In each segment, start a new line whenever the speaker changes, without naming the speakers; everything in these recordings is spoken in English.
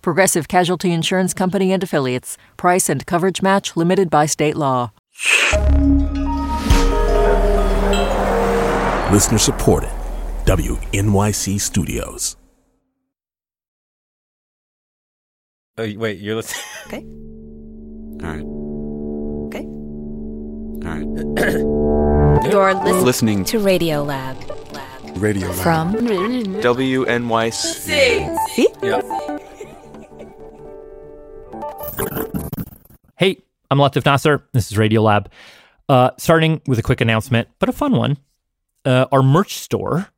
Progressive Casualty Insurance Company and Affiliates. Price and coverage match limited by state law.
Listener supported. WNYC Studios.
Oh, wait, you're listening.
Okay.
All right.
Okay.
All right.
You're listening
Listening
to Radio Lab.
Radio
From
WNYC.
Hey, I'm Latif Nasser. This is Radiolab. Uh, starting with a quick announcement, but a fun one. Uh, our merch store,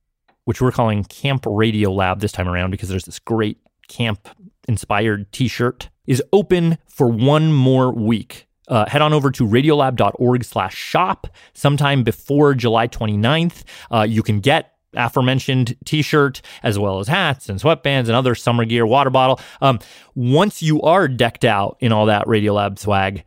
which we're calling Camp Radio Lab this time around because there's this great camp inspired t shirt, is open for one more week. Uh, head on over to radiolab.org slash shop sometime before July 29th. Uh, you can get aforementioned t-shirt as well as hats and sweatbands and other summer gear water bottle um, once you are decked out in all that radiolab swag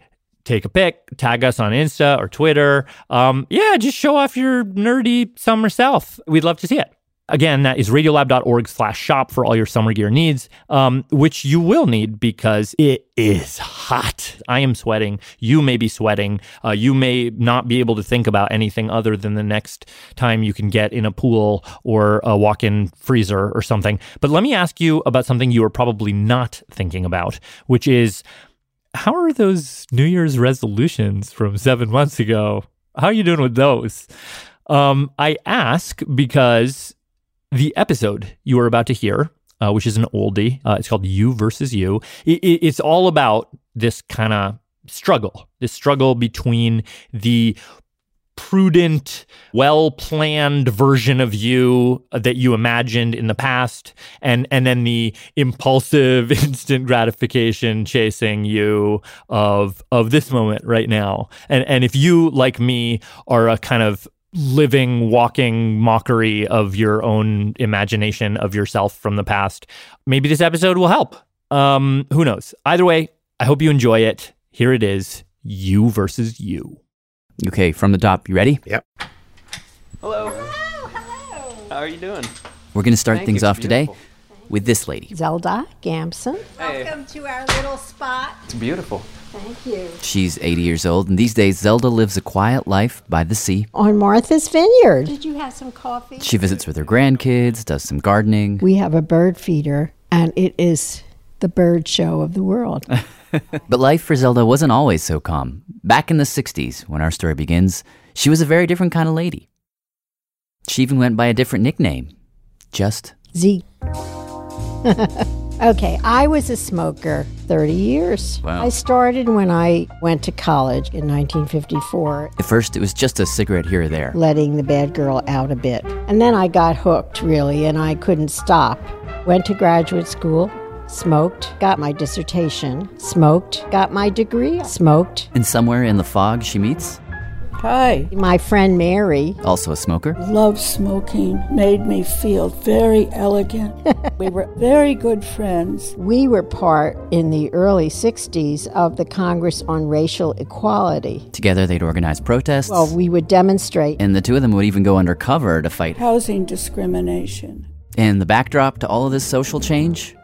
take a pic tag us on insta or twitter um, yeah just show off your nerdy summer self we'd love to see it again that is radiolab.org slash shop for all your summer gear needs um, which you will need because it is hot i am sweating you may be sweating uh, you may not be able to think about anything other than the next time you can get in a pool or a walk-in freezer or something but let me ask you about something you are probably not thinking about which is how are those New Year's resolutions from seven months ago? How are you doing with those? Um, I ask because the episode you are about to hear, uh, which is an oldie, uh, it's called You versus You. It, it, it's all about this kind of struggle, this struggle between the prudent, well planned version of you uh, that you imagined in the past, and and then the impulsive, instant gratification chasing you of of this moment right now. And and if you like me are a kind of living walking mockery of your own imagination of yourself from the past maybe this episode will help um who knows either way i hope you enjoy it here it is you versus you
Okay, from the top. You ready?
Yep.
Hello. How are you doing?
We're going to start
Thank
things
you,
off
it's
today with this lady.
Zelda Gamson.
Hey,
Welcome to our little spot.
it's beautiful.
Thank you.
She's 80 years old, and these days Zelda lives a quiet life by the sea.
On Martha's Vineyard. Did you have some coffee?
She visits with her grandkids, does some gardening.
We have a bird feeder, and it is the bird show of the world.
But life for Zelda wasn't always so calm. Back in the 60s, when our story begins, she was a very different kind of lady. She even went by a different nickname. Just
Z. okay, I was a smoker 30 years.
Wow.
I started when I went to college in 1954.
at first, it was just a cigarette here or there.
letting the bad girl out a bit. And then I got hooked, really, and I couldn't stop. Went to graduate school, smoked, got my dissertation, smoked, got my degree, smoked.
And somewhere in the fog, she meets
Hi.
My friend Mary,
also a smoker.
Love smoking made me feel very elegant. we were very good friends.
we were part in the early 60s of the Congress on Racial Equality.
Together, they'd organize protests,
Well, we would demonstrate.
and the two of them would even go undercover to fight
Housing discrimination.
And the backdrop to all of this social change?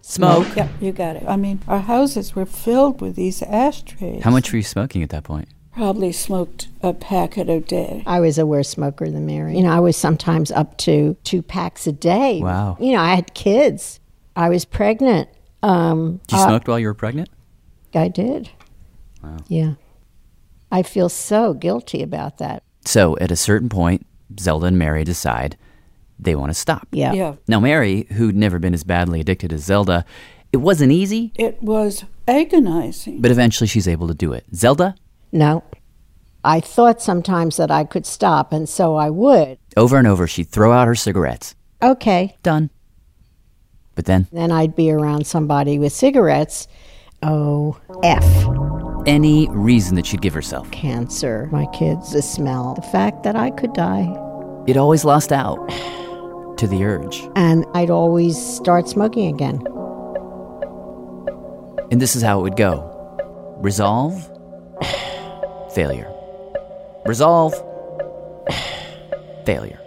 Smoke.
Yep, you got it. I mean, our houses were filled with these ashtrays.
How much were you smoking at that point?
Probably smoked a packet a day.
I was a worse smoker than Mary. You know, I was sometimes up to two packs a day.
Wow.
You know, I had kids. I was pregnant. Um,
You
uh,
smoked while you were pregnant?
I did. Wow. Yeah. I feel so guilty about that.
So, at a certain point, Zelda and Mary decide they want to stop.
Yeah.
Yeah.
Now, Mary, who'd never been as badly addicted as Zelda, it wasn't easy,
It was agonizing.
but eventually she's able to do it. Zelda,
No. I thought sometimes that I could stop, and so I would.
over and over, she'd throw out her cigarettes.
Okay.
Done. But then,
Then I'd be around somebody with cigarettes. Oh, F.
any reason that she'd give herself,
Cancer. My kids, the smell, the fact that I could die.
it always lost out to the urge.
And I'd always start smoking again.
And this is how it would go resolve, failure. Resolve, failure.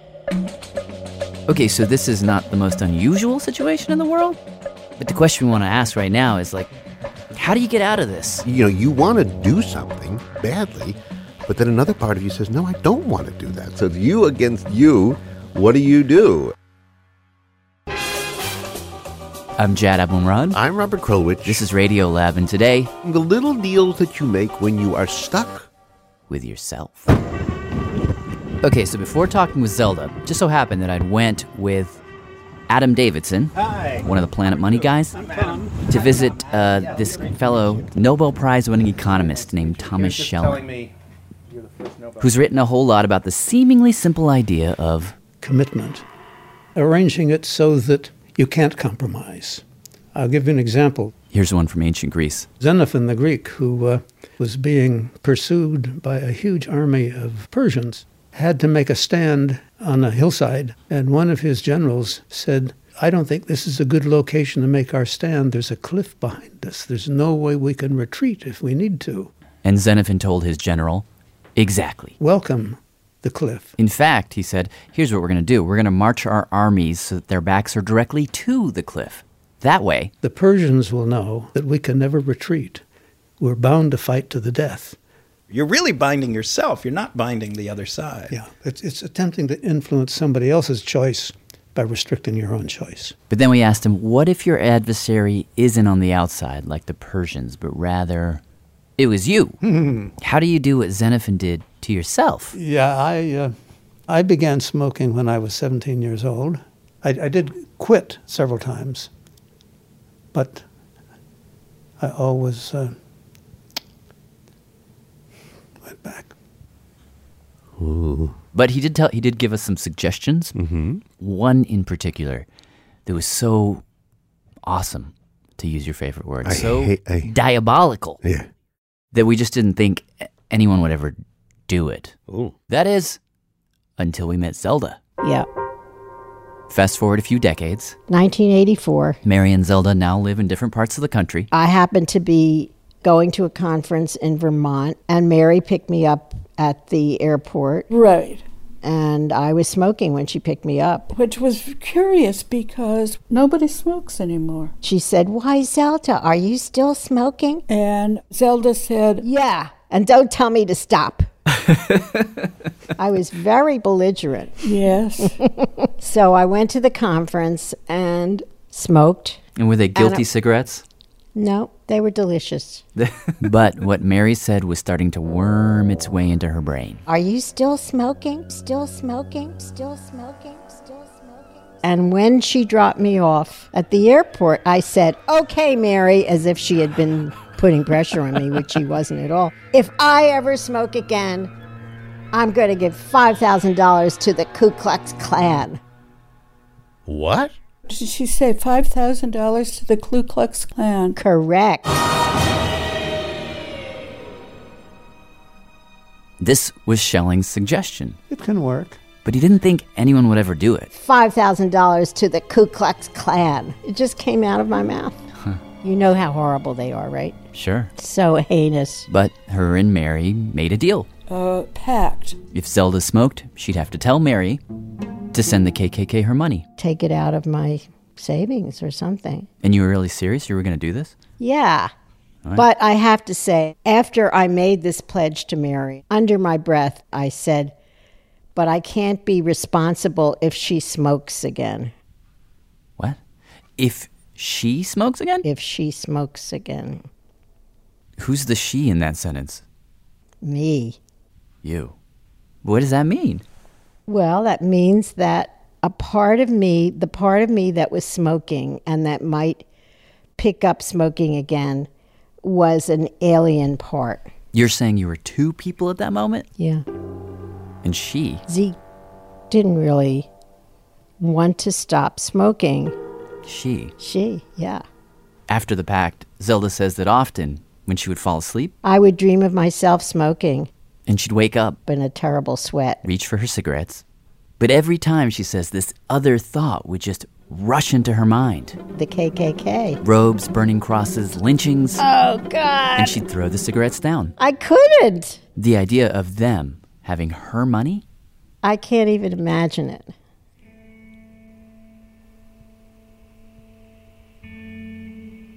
Okay, so this is not the most unusual situation in the world. But the question we want to ask right now is like, how do you get out of this?
You know, you want to do something badly, but then another part of you says, no, I don't want to do that. So it's you against you. What do you do?
I'm Jad Abumrad.
I'm Robert Krulwich.
This is Radio Lab, and today
the little deals that you make when you are stuck.
with yourself. Okay, so before talking with Zelda, just so happened that I'd went with Adam Davidson, one of the Planet Money guys, to visit uh, this fellow Nobel Prize-winning economist named Thomas Schelling,
me.
who's written a whole lot about the seemingly simple idea of
commitment, arranging it so that you can't compromise. I'll give you an example.
here's one from ancient Greece.
Xenophon the Greek, who uh, was being pursued by a huge army of Persians, had to make a stand on a hillside, and one of his generals said, I don't think this is a good location to make our stand. There's a cliff behind us. There's no way we can retreat if we need to.
And Xenophon told his general, "Exactly."
Welcome the cliff.
In fact, he said, here's what we're going to do. We're going to march our armies so that their backs are directly to the cliff. That way,
The Persians will know that we can never retreat. We're bound to fight to the death.
You're really binding yourself. You're not binding the other side.
Yeah, it's, it's attempting to influence somebody else's choice by restricting your own choice.
But then we asked him, what if your adversary isn't on the outside like the Persians, but rather it was you? How do you do what Xenophon did to yourself?
Yeah, I uh, I began smoking when I was 17 years old. I, I did quit several times, but I always uh, went back.
But he did tell he did give us some suggestions. Mm-hmm. One in particular that was so awesome to use your favorite word,
I
so
hate- I-
diabolical
Yeah.
that we just didn't think anyone would ever do it.
Ooh.
That is until we met Zelda.
Yeah.
Fast forward a few decades,
1984.
Mary and Zelda now live in different parts of the country.
I happened to be going to a conference in Vermont, and Mary picked me up at the airport,
Right.
and I was smoking when she picked me up.
Which was curious because nobody smokes anymore.
She said, Why, Zelda, are you still smoking?
And Zelda said,
Yeah, and don't tell me to stop. I was very belligerent.
Yes.
So I went to the conference and smoked.
And were they guilty
Anna-
cigarettes?
No, they were delicious.
but what Mary said was starting to worm its way into her brain.
Are you still smoking? Still smoking? Still smoking? Still smoking? And when she dropped me off at the airport, I said, Okay, Mary, as if she had been putting pressure on me, which she wasn't at all. If I ever smoke again, I'm going to give $5,000 to the Ku Klux Klan.
What?
Did she say $5,000 to the Ku Klux Klan?
Correct.
This was Schelling's suggestion,
It can work.
but he didn't think anyone would ever do it.
$5,000 to the Ku Klux Klan. It just came out of my mouth. You know how horrible they are, right?
Sure.
So heinous.
But her and Mary made a deal.
Uh, packed.
If Zelda smoked, she'd have to tell Mary to send the KKK her money.
Take it out of my savings or something.
And you were really serious? You were going to do this?
Yeah. But I have to say, after I made this pledge to Mary, under my breath, I said, but I can't be responsible if she smokes again.
What? If she smokes again?
If she smokes again.
Who's the she in that sentence?
Me.
You. What does that mean?
Well, that means that a part of me, the part of me that was smoking and that might pick up smoking again, was an alien part.
You're saying you were two people at that moment?
Yeah.
And she,
Zeke didn't really want to stop smoking.
She.
She, yeah.
After the pact, Zelda says that often when she would fall asleep
I would dream of myself smoking
and she'd wake up,
in a terrible sweat.
reach for her cigarettes. But every time she says this other thought would just rush into her mind
The KKK.
robes, burning crosses, lynchings,
Oh, God.
and she'd throw the cigarettes down.
I couldn't.
The idea of them having her money
I can't even imagine it.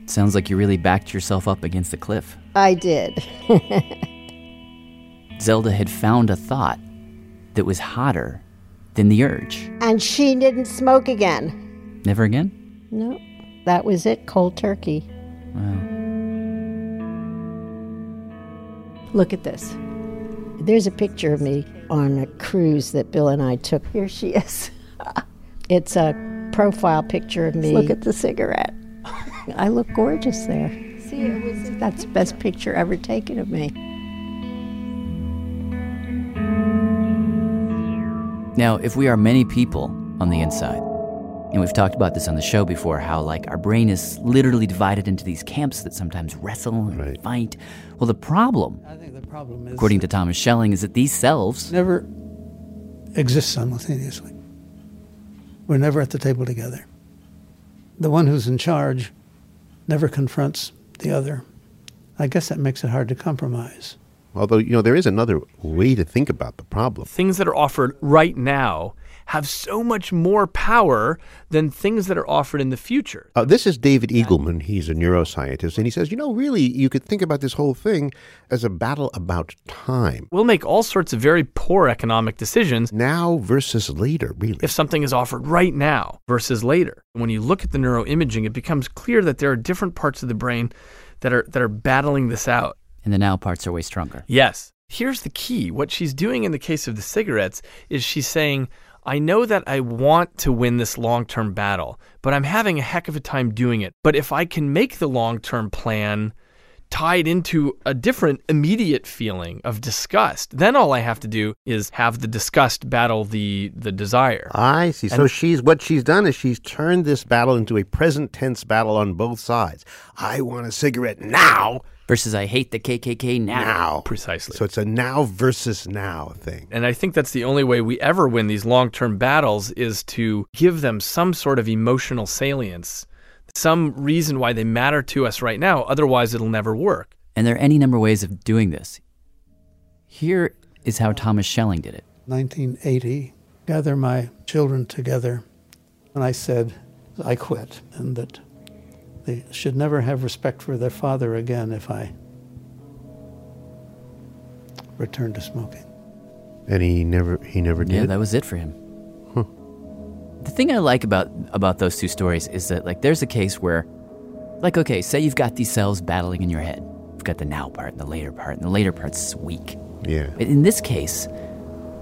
sounds like you really backed yourself up against the cliff.
I did.
Zelda had found a thought that was hotter than the urge.
and she didn't smoke again.
Never again?
No, that was it. Cold turkey.
Wow.
Look at this.
There's a picture of me on a cruise that Bill and I took. Here she is. it's a profile picture of me.
Look at the cigarette.
I look gorgeous there.
See, it was in
That's the best picture ever taken of me.
Now, if we are many people on the inside, and we've talked about this on the show before, how like our brain is literally divided into these camps that sometimes wrestle and fight. Well, the problem, according to Thomas Schelling, is that these selves
never exist simultaneously. We're never at the table together. The one who's in charge never confronts the other. I guess that makes it hard to compromise.
Although, you know, there is another way to think about the problem.
Things that are offered right now have so much more power than things that are offered in the future.
Uh, this is David Eagleman. He's a neuroscientist. And he says, you know, really, you could think about this whole thing as a battle about time.
We'll make all sorts of very poor economic decisions.
Now versus later, really.
If something is offered right now versus later. When you look at the neuroimaging, it becomes clear that there are different parts of the brain that are that are battling this out.
and the now parts are way stronger.
Yes. Here's the key. What she's doing in the case of the cigarettes is she's saying, I know that I want to win this long term battle, but I'm having a heck of a time doing it. But if I can make the long term plan tied into a different immediate feeling of disgust, then all I have to do is have the disgust battle the, the desire.
I see. so
And-
she's what she's done is she's turned this battle into a present tense battle on both sides. I want a cigarette now
versus I hate the KKK now.
Precisely.
So it's a now versus now thing.
And I think that's the only way we ever win these long term battles is to give them some sort of emotional salience, some reason why they matter to us right now. Otherwise, it'll never work.
And there are any number of ways of doing this. Here is how Thomas Schelling did it.
1980, gather my children together, and I said, I quit, and that they should never have respect for their father again if I return to smoking.
And he never he never did.
Yeah, that was it for him. The thing I like about about those two stories is that like there's a case where like okay, say you've got these cells battling in your head. You've got the now part and the later part, and the later part's weak.
Yeah.
But in this case,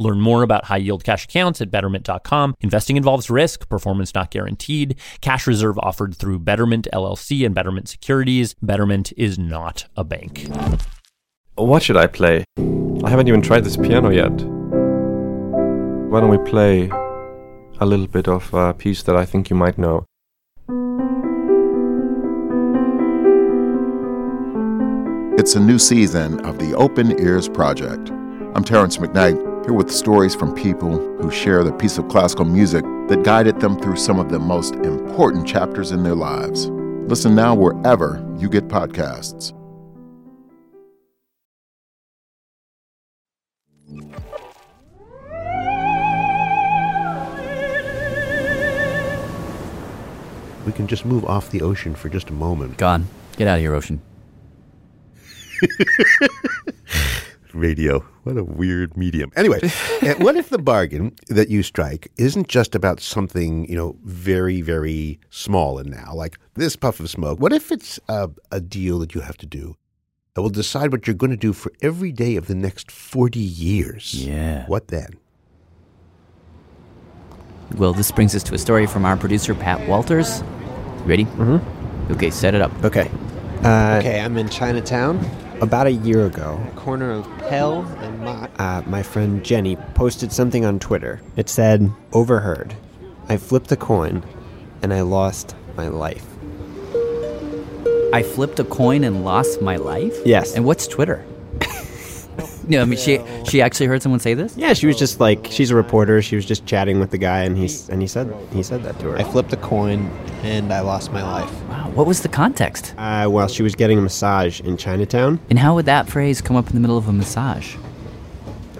Learn more about high yield cash accounts at betterment.com. Investing involves risk, performance not guaranteed, cash reserve offered through Betterment LLC and Betterment Securities. Betterment is not a bank.
What should I play? I haven't even tried this piano yet. Why don't we play a little bit of a piece that I think you might know?
It's a new season of the Open Ears Project. I'm Terrence McKnight, here with stories from people who share the piece of classical music that guided them through some of the most important chapters in their lives. Listen now wherever you get podcasts.
We can just move off the ocean for just a moment.
Gone. Get out of here, Ocean.
radio. What a weird medium. Anyway, uh, what if the bargain that you strike isn't just about something, you know, very, very small and now, like this puff of smoke? What if it's a, a deal that you have to do that will decide what you're going to do for every day of the next 40 years?
Yeah.
What then?
Well, this brings us to a story from our producer, Pat Walters. You ready? Mm-hmm. Okay, set it up.
Okay.
Uh, okay, I'm in Chinatown.
About a year ago,
Corner of Pell and Mott.
uh, my friend Jenny posted something on Twitter. It said, Overheard. I flipped a coin and I lost my life.
I flipped a coin and lost my life?
Yes.
And what's Twitter? no, I mean, she, she actually heard someone say this?
Yeah, she was just like, she's a reporter. She was just chatting with the guy and, he's, and he, said, he said that to her.
I flipped a coin and I lost my life.
Wow, what was the context?
Uh, well, she was getting a massage in Chinatown.
And how would that phrase come up in the middle of a massage?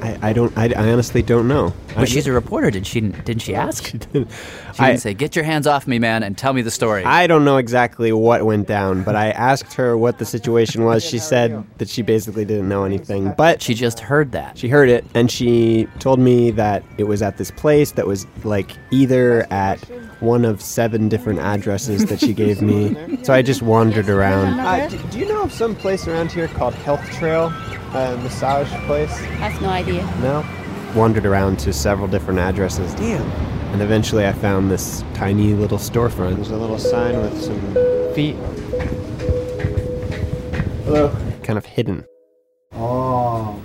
I, I don't. I, I honestly don't know. I-
But she's a reporter. Did she? Didn't she ask? She didn't.
I-
say, "Get your hands off me, man, and tell me the story."
I don't know exactly what went down, but I asked her what the situation was. She said that she basically didn't know anything, but
she just heard that.
She heard it and she told me that it was at this place that was like either at one of seven different addresses that she gave me. So I just wandered around.
Uh, do, do you know of some place around here called Health Trail? Uh, massage place?
I have no idea.
No? Wandered around to several different addresses.
Damn.
And eventually I found this tiny little storefront.
There's a little sign with some feet. Hello.
Kind of hidden.
Oh.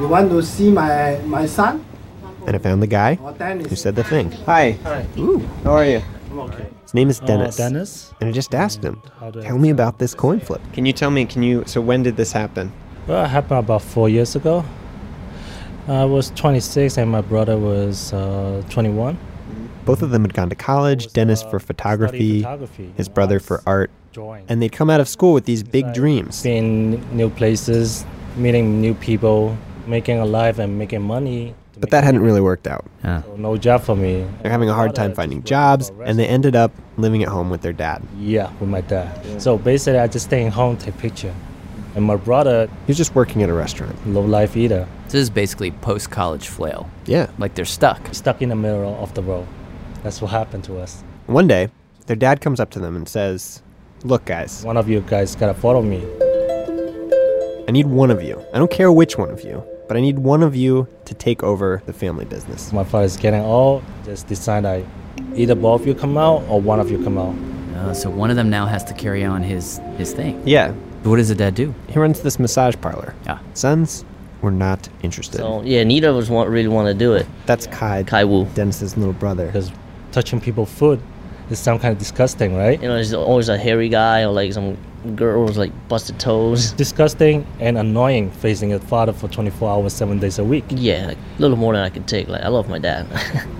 You want to see my, my son?
And I found the guy who said the thing.
Hi. Hi. Ooh. How are you?
I'm okay.
His name is
Oh,
Dennis.
Dennis?
And I just asked him,
How do I-
tell me about this coin flip. Can you tell me, can you, so when did this happen?
Well, it happened about four years ago. I was 26 and my brother was uh, 21.
Both of them had gone to college, Dennis for photography,
photography,
his brother for art.
Drawing.
And they'd come out of school with these big dreams.
Seeing new places, meeting new people, making a life and making money.
But that hadn't really worked out.
So no job for me.
They're having a hard time finding jobs, and they ended up living at home with their dad.
Yeah, with my dad. So basically, I just staying home, take picture. And my brother,
He was just working at a restaurant.
low life either.
This is basically post-college flail.
Yeah.
Like they're stuck.
Stuck in the middle of the road. That's what happened to us.
One day, their dad comes up to them and says, Look, guys,
One of you guys gotta follow me.
I need one of you. I don't care which one of you, but I need one of you to take over the family business.
My father's getting old. Just decide I either both of you come out or one of you come out.
Uh, so one of them now has to carry on his his thing.
Yeah.
What does the dad do?
He runs this massage parlor.
Yeah.
Sons were not interested.
So yeah, neither of us want, really want to do it.
That's Kai.
Kai Wu.
Dennis's little brother.
Because touching people food is some kind of disgusting, right?
You know, there's always a hairy guy or like some girl with like busted toes.
Disgusting and annoying facing your father for 24 hours, seven days a week.
Yeah, like, a little more than I can take. Like I love my dad.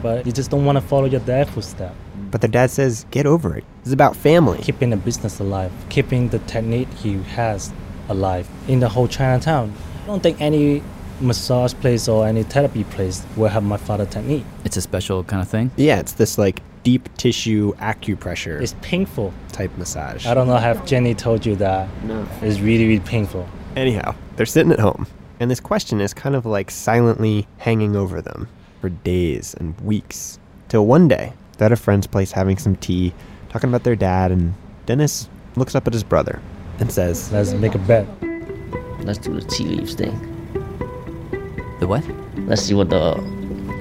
But you just don't want to follow your dad's footsteps.
But their dad says, Get over it. It's about family.
Keeping the business alive, keeping the technique he has alive in the whole Chinatown. I don't think any massage place or any therapy place will have my father technique.
It's a special kind of thing.
Yeah, it's this like deep tissue acupressure
It's painful.
type massage.
I don't know if Jenny told you that. No. It's really, really painful.
Anyhow, they're sitting at home, and this question is kind of like silently hanging over them for days and weeks. Till one day, they're at a friend's place having some tea, talking about their dad, and Dennis looks up at his brother and says,
Let's make a bet.
Let's do the tea leaves thing.
The what?
Let's see what the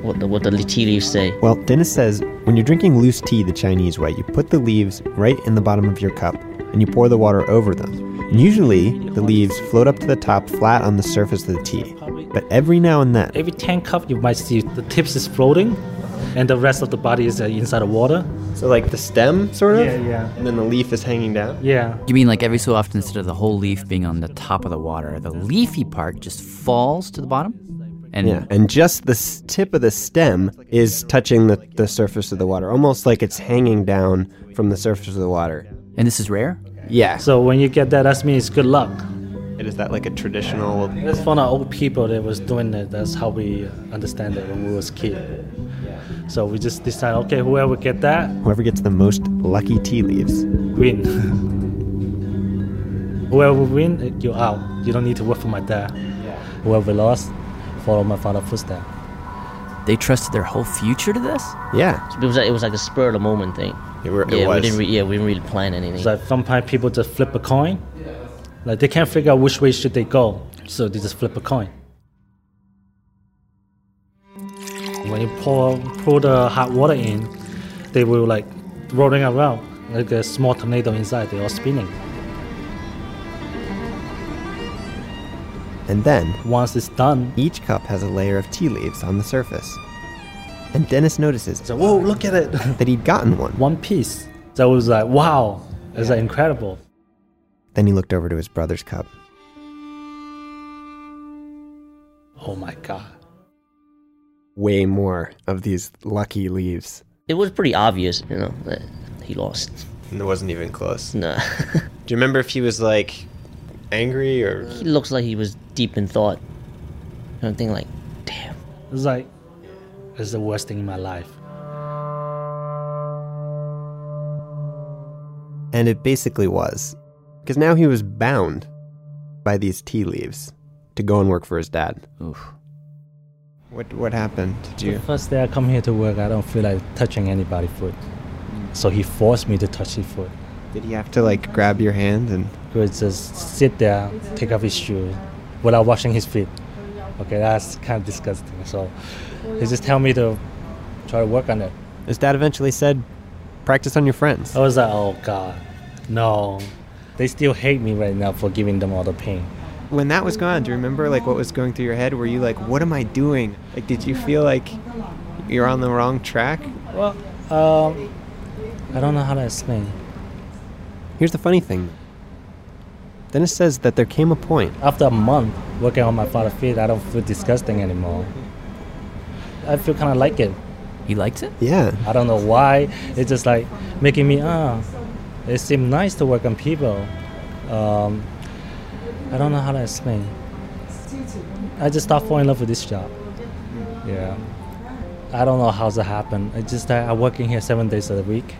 what the what the tea leaves say.
Well, Dennis says when you're drinking loose tea the Chinese way, you put the leaves right in the bottom of your cup and you pour the water over them. And usually, the leaves float up to the top flat on the surface of the tea. But every now and then,
Every 10 cup, you might see the tips is floating and the rest of the body is uh, inside the water.
So like the stem, sort
of? Yeah, yeah.
and then the leaf is hanging down.
Yeah.
You mean like every so often, instead of the whole leaf being on the top of the water, the leafy part just falls to the bottom? And
yeah, and just the s- tip of the stem is touching the, the surface of the water, almost like it's hanging down from the surface of the water.
And this is rare?
Yeah.
So when you get that, that means good luck.
And is that like a traditional?
That's from our old people that was doing it. That's how we understand it when we was kid. So we just decide, okay, whoever get that,
Whoever gets the most lucky tea leaves.
win. whoever win, eh, you're out. You don't need to work for my dad. Whoever lost, follow my father's footsteps.
They trusted their whole future to this?
Yeah.
It was like, it was like a spur of the moment thing.
it
yeah,
was.
we didn't re- yeah we didn't really plan anything.
It's like sometimes people just flip a coin. Like they can't figure out which way should they go, so they just flip a coin. When you pour pour the hot water in, they will like rolling around like a small tornado inside. They are spinning.
And then,
once it's done,
each cup has a layer of tea leaves on the surface. And Dennis notices, so,
whoa, look at it!
that he'd gotten one.
One piece. That was like, wow, it's like incredible.
Then he looked over to his brother's cup.
Oh my god!
Way more of these lucky leaves.
It was pretty obvious, you know, that he lost.
And it wasn't even close.
No.
Do you remember if he was like angry or
He looks like he was deep in thought. I'm thinking like,
It's like it's the worst thing in my life.
And it basically was. Because now he was bound by these tea leaves to go and work for his dad.
Oof.
What, what happened? Did
The
you?
first day I come here to work, I don't feel like touching anybody's foot. So he forced me to touch his foot.
Did he have to like grab your hand and?
He would just sit there, take off his shoe, without washing his feet. Okay, that's kind of disgusting. So he just tell me to try to work on it.
His dad eventually said, practice on your friends.
I was like, oh god, no. They still hate me right now for giving them all the pain.
When that was gone, do you remember like what was going through your head? Were you like, what am I doing? Like, did you feel like you're on the wrong track?
Well, um, I don't know how to explain.
Here's the funny thing. Dennis says that there came a point.
After a month working on my father's feet, I don't feel disgusting anymore. I feel kind of like it.
He liked it?
Yeah.
I don't know why. It's just like making me ah. It seemed nice to work on people. Um, I don't know how to explain. I just start falling in love with this job. Yeah. I don't know how that happened. It's just that I'm working here seven days a week.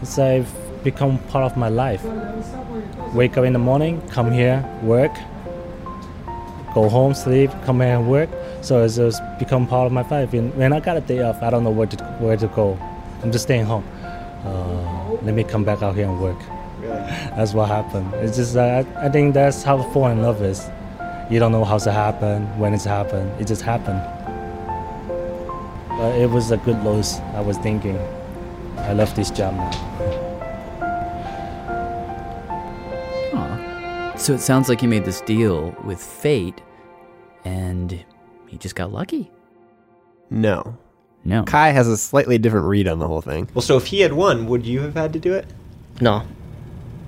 It's like I've become part of my life. Wake up in the morning, come here, work, go home, sleep, come here and work. So it's just become part of my life. And when I got a day off, I don't know where to where to go. I'm just staying home. Uh, let me come back out here and work. That's what happened. It's just uh, I, I think that's how foreign love is. You don't know how to happen, when it's happened. It just happened. But it was a good loss. I was thinking, I love this job now.
Aw. So it sounds like he made this deal with fate and he just got lucky.
No.
No.
Kai has a slightly different read on the whole thing. Well, so if he had won, would you have had to do it?
no,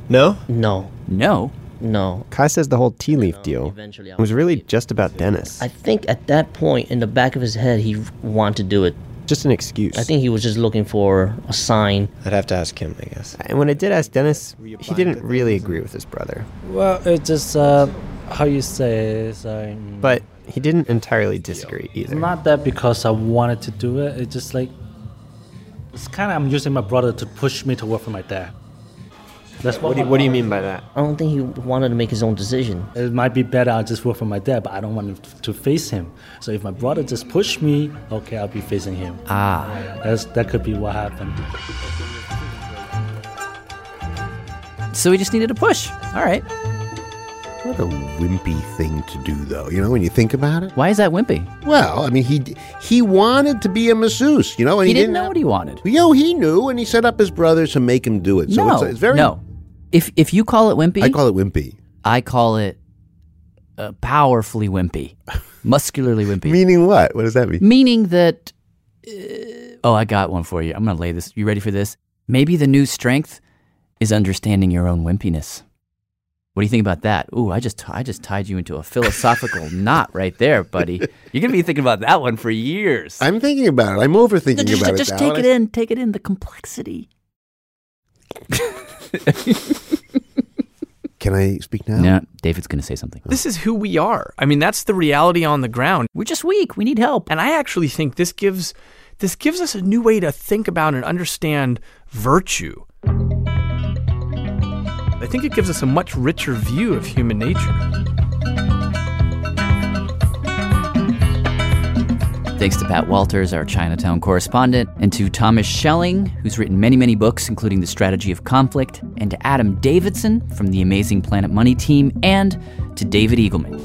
No?
no,
No.
no.
Kai says the whole tea leaf deal was really just about Dennis.
I think at that point, in the back of his head, he wanted to do it.
Just an excuse.
I think he was just looking for a sign.
I'd have to ask him, I guess.
And when I did ask Dennis, he didn't really agree with his brother.
Well, it's just uh, how you say it, it's, um,
But he didn't entirely disagree
It's
either.
not that because I wanted to do it. It's just like it's kind of I'm using my brother to push me to work for my dad. That's
What do you- what do you mean by that?
I don't think he wanted to make his own decision. It might be better I just work for my dad, but I don't want to face him. So if my brother just pushed me, okay, I'll be facing him.
Ah.
That's, that could be what happened.
So we just needed a push. All right.
What a wimpy thing to do, though. You know, when you think about it.
Why is that wimpy?
Well, I mean, he he wanted to be a masseuse. You know, and
He
he,
didn't know what he wanted.
You know, he knew, and he set up his brothers to make him do it. So
no,
it's, it's very
no. If if you call it wimpy,
I call it wimpy.
I call it uh, powerfully wimpy, muscularly wimpy.
Meaning what? What does that mean?
Meaning that. uh, oh, I got one for you. I'm gonna lay this. You ready for this? Maybe the new strength is understanding your own wimpiness. What do you think about that? Ooh, I just I just tied you into a philosophical knot right there, buddy. You're gonna be thinking about that one for years.
I'm thinking about it. I'm overthinking
just,
about
just
it. now,
take
and
it
I-
in. Take it in. The complexity.
Can I speak now?
No, David's gonna say something.
This is who we are. I mean, that's the reality on the ground.
We're just weak. We need help.
And I actually think this gives this gives us a new way to think about and understand virtue. I think it gives us a much richer view of human nature.
Thanks to Pat Walters, our Chinatown correspondent, and to Thomas Schelling, who's written many, many books, including The Strategy of Conflict, and to Adam Davidson from the Amazing Planet Money team, and to David Eagleman.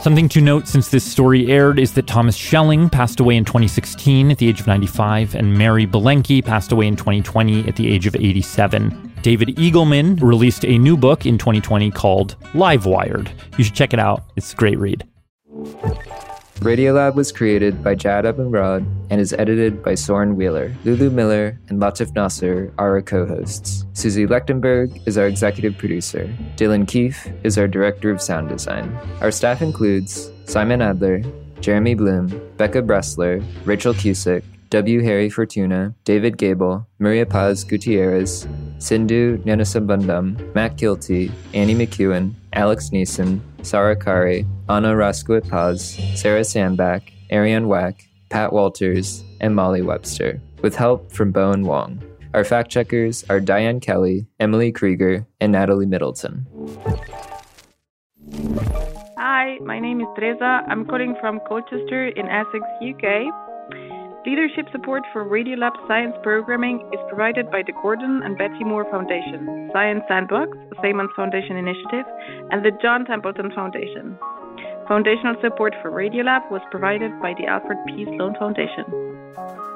Something to note since this story aired is that Thomas Schelling passed away in 2016 at the age of 95, and Mary Belenke passed away in 2020 at the age of 87. David Eagleman released a new book in 2020 called Live Wired. You should check it out, it's a great read.
Radiolab was created by Jad Abumrad and is edited by Soren Wheeler. Lulu Miller and Latif Nasser are our co-hosts. Susie Lechtenberg is our executive producer. Dylan Keefe is our director of sound design. Our staff includes Simon Adler, Jeremy Bloom, Becca Bressler, Rachel Cusick, W. Harry Fortuna, David Gable, Maria Paz Gutierrez, Sindhu Nanasabundam, Matt Kilty, Annie McEwen, Alex Neeson, Sarah Kari, Anna Raskuit Paz, Sarah Sandback, Ariane Wack, Pat Walters, and Molly Webster, with help from Bowen Wong. Our fact checkers are Diane Kelly, Emily Krieger, and Natalie Middleton.
Hi, my name is Teresa. I'm calling from Colchester in Essex, UK. Leadership support for Radiolab science programming is provided by the Gordon and Betty Moore Foundation, Science Sandbox, the Saymans Foundation Initiative, and the John Templeton Foundation. Foundational support for Radiolab was provided by the Alfred P. Sloan Foundation.